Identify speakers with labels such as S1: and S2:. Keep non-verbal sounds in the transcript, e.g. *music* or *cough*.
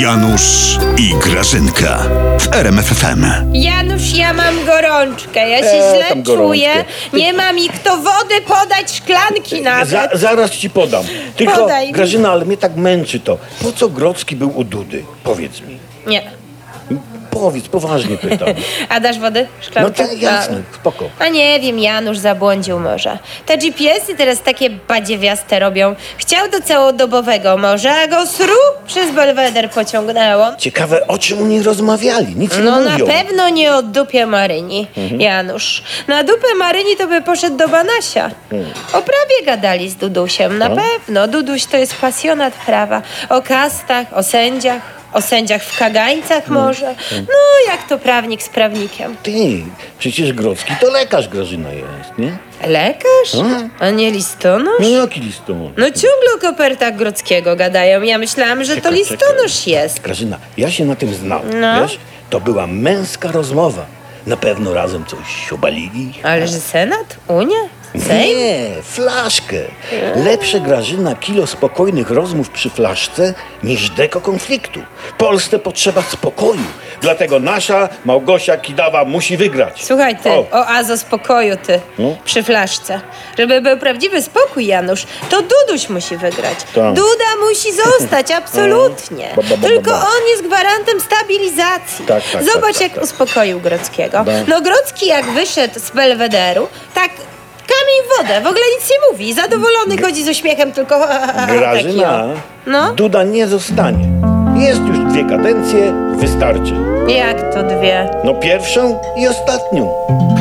S1: Janusz i Grażynka w RMFFM.
S2: Janusz, ja mam gorączkę, ja się
S3: E, tam
S2: źle czuję.
S3: gorączkę.
S2: Nie ma mi kto wody podać szklanki nawet.
S3: Za, zaraz ci podam. Tylko,
S2: Podaj.
S3: Grażyna, ale mnie tak męczy to. Po co Grodzki był u Dudy? Powiedz mi.
S2: Nie.
S3: Powiedz, poważnie
S2: *laughs*
S3: pytam.
S2: A dasz wody?
S3: No
S2: Szklankę?
S3: tak, jasne, spoko.
S2: A nie wiem, Janusz zabłądził może. Te GPS-y teraz takie badziewiaste robią. Chciał do całodobowego morza, a go sru przez belweder pociągnęło.
S3: Ciekawe, o czym oni rozmawiali, nic
S2: No
S3: nie
S2: na
S3: mówią. Mhm.
S2: pewno nie o dupie Maryni, Janusz. Na dupę Maryni to by poszedł do Banasia.
S3: Mhm.
S2: O prawie gadali z Dudusiem, na
S3: Tak?
S2: pewno. Duduś to jest pasjonat prawa. O kastach, o sędziach, o sędziach w kagańcach może.
S3: Mhm.
S2: No, jak to prawnik z prawnikiem.
S3: Ty, przecież Grodzki to lekarz Grażyna jest, nie?
S2: Lekarz? A nie listonosz?
S3: No jaki listonosz?
S2: No ciągle o kopertach Grodzkiego gadają. Ja myślałam, że to
S3: Czekaj, czekaj.
S2: listonosz jest.
S3: Grażyna, ja się na tym znam,
S2: No.
S3: wiesz? To była męska rozmowa. Na pewno razem coś obalili.
S2: Ale że senat? Unia? Sejm?
S3: Nie, flaszkę. Lepsze Grażyna kilo spokojnych rozmów przy flaszce niż deko konfliktu. Polsce potrzeba spokoju. Dlatego nasza Małgosia Kidawa musi wygrać.
S2: Słuchaj ty,
S3: O,
S2: oazo spokoju ty,
S3: No.
S2: przy flaszce. Żeby był prawdziwy spokój, Janusz, to Duduś musi wygrać.
S3: Tak. No.
S2: Duda musi
S3: *laughs*
S2: zostać, absolutnie.
S3: Ba, ba, ba, ba,
S2: Tylko
S3: ba.
S2: on jest gwarantem stabilizacji.
S3: Tak, tak,
S2: Zobacz,
S3: tak, tak,
S2: jak
S3: tak.
S2: uspokoił Grodzkiego.
S3: Da.
S2: No Grodzki jak wyszedł z Belwederu, tak kamień w wodę, w ogóle nic nie mówi. Zadowolony chodzi z uśmiechem, tylko... taki
S3: Grażyna,
S2: o. tak No,
S3: Duda nie zostanie. Jest już dwie kadencje, wystarczy.
S2: jak to dwie?
S3: No pierwszą i ostatnią.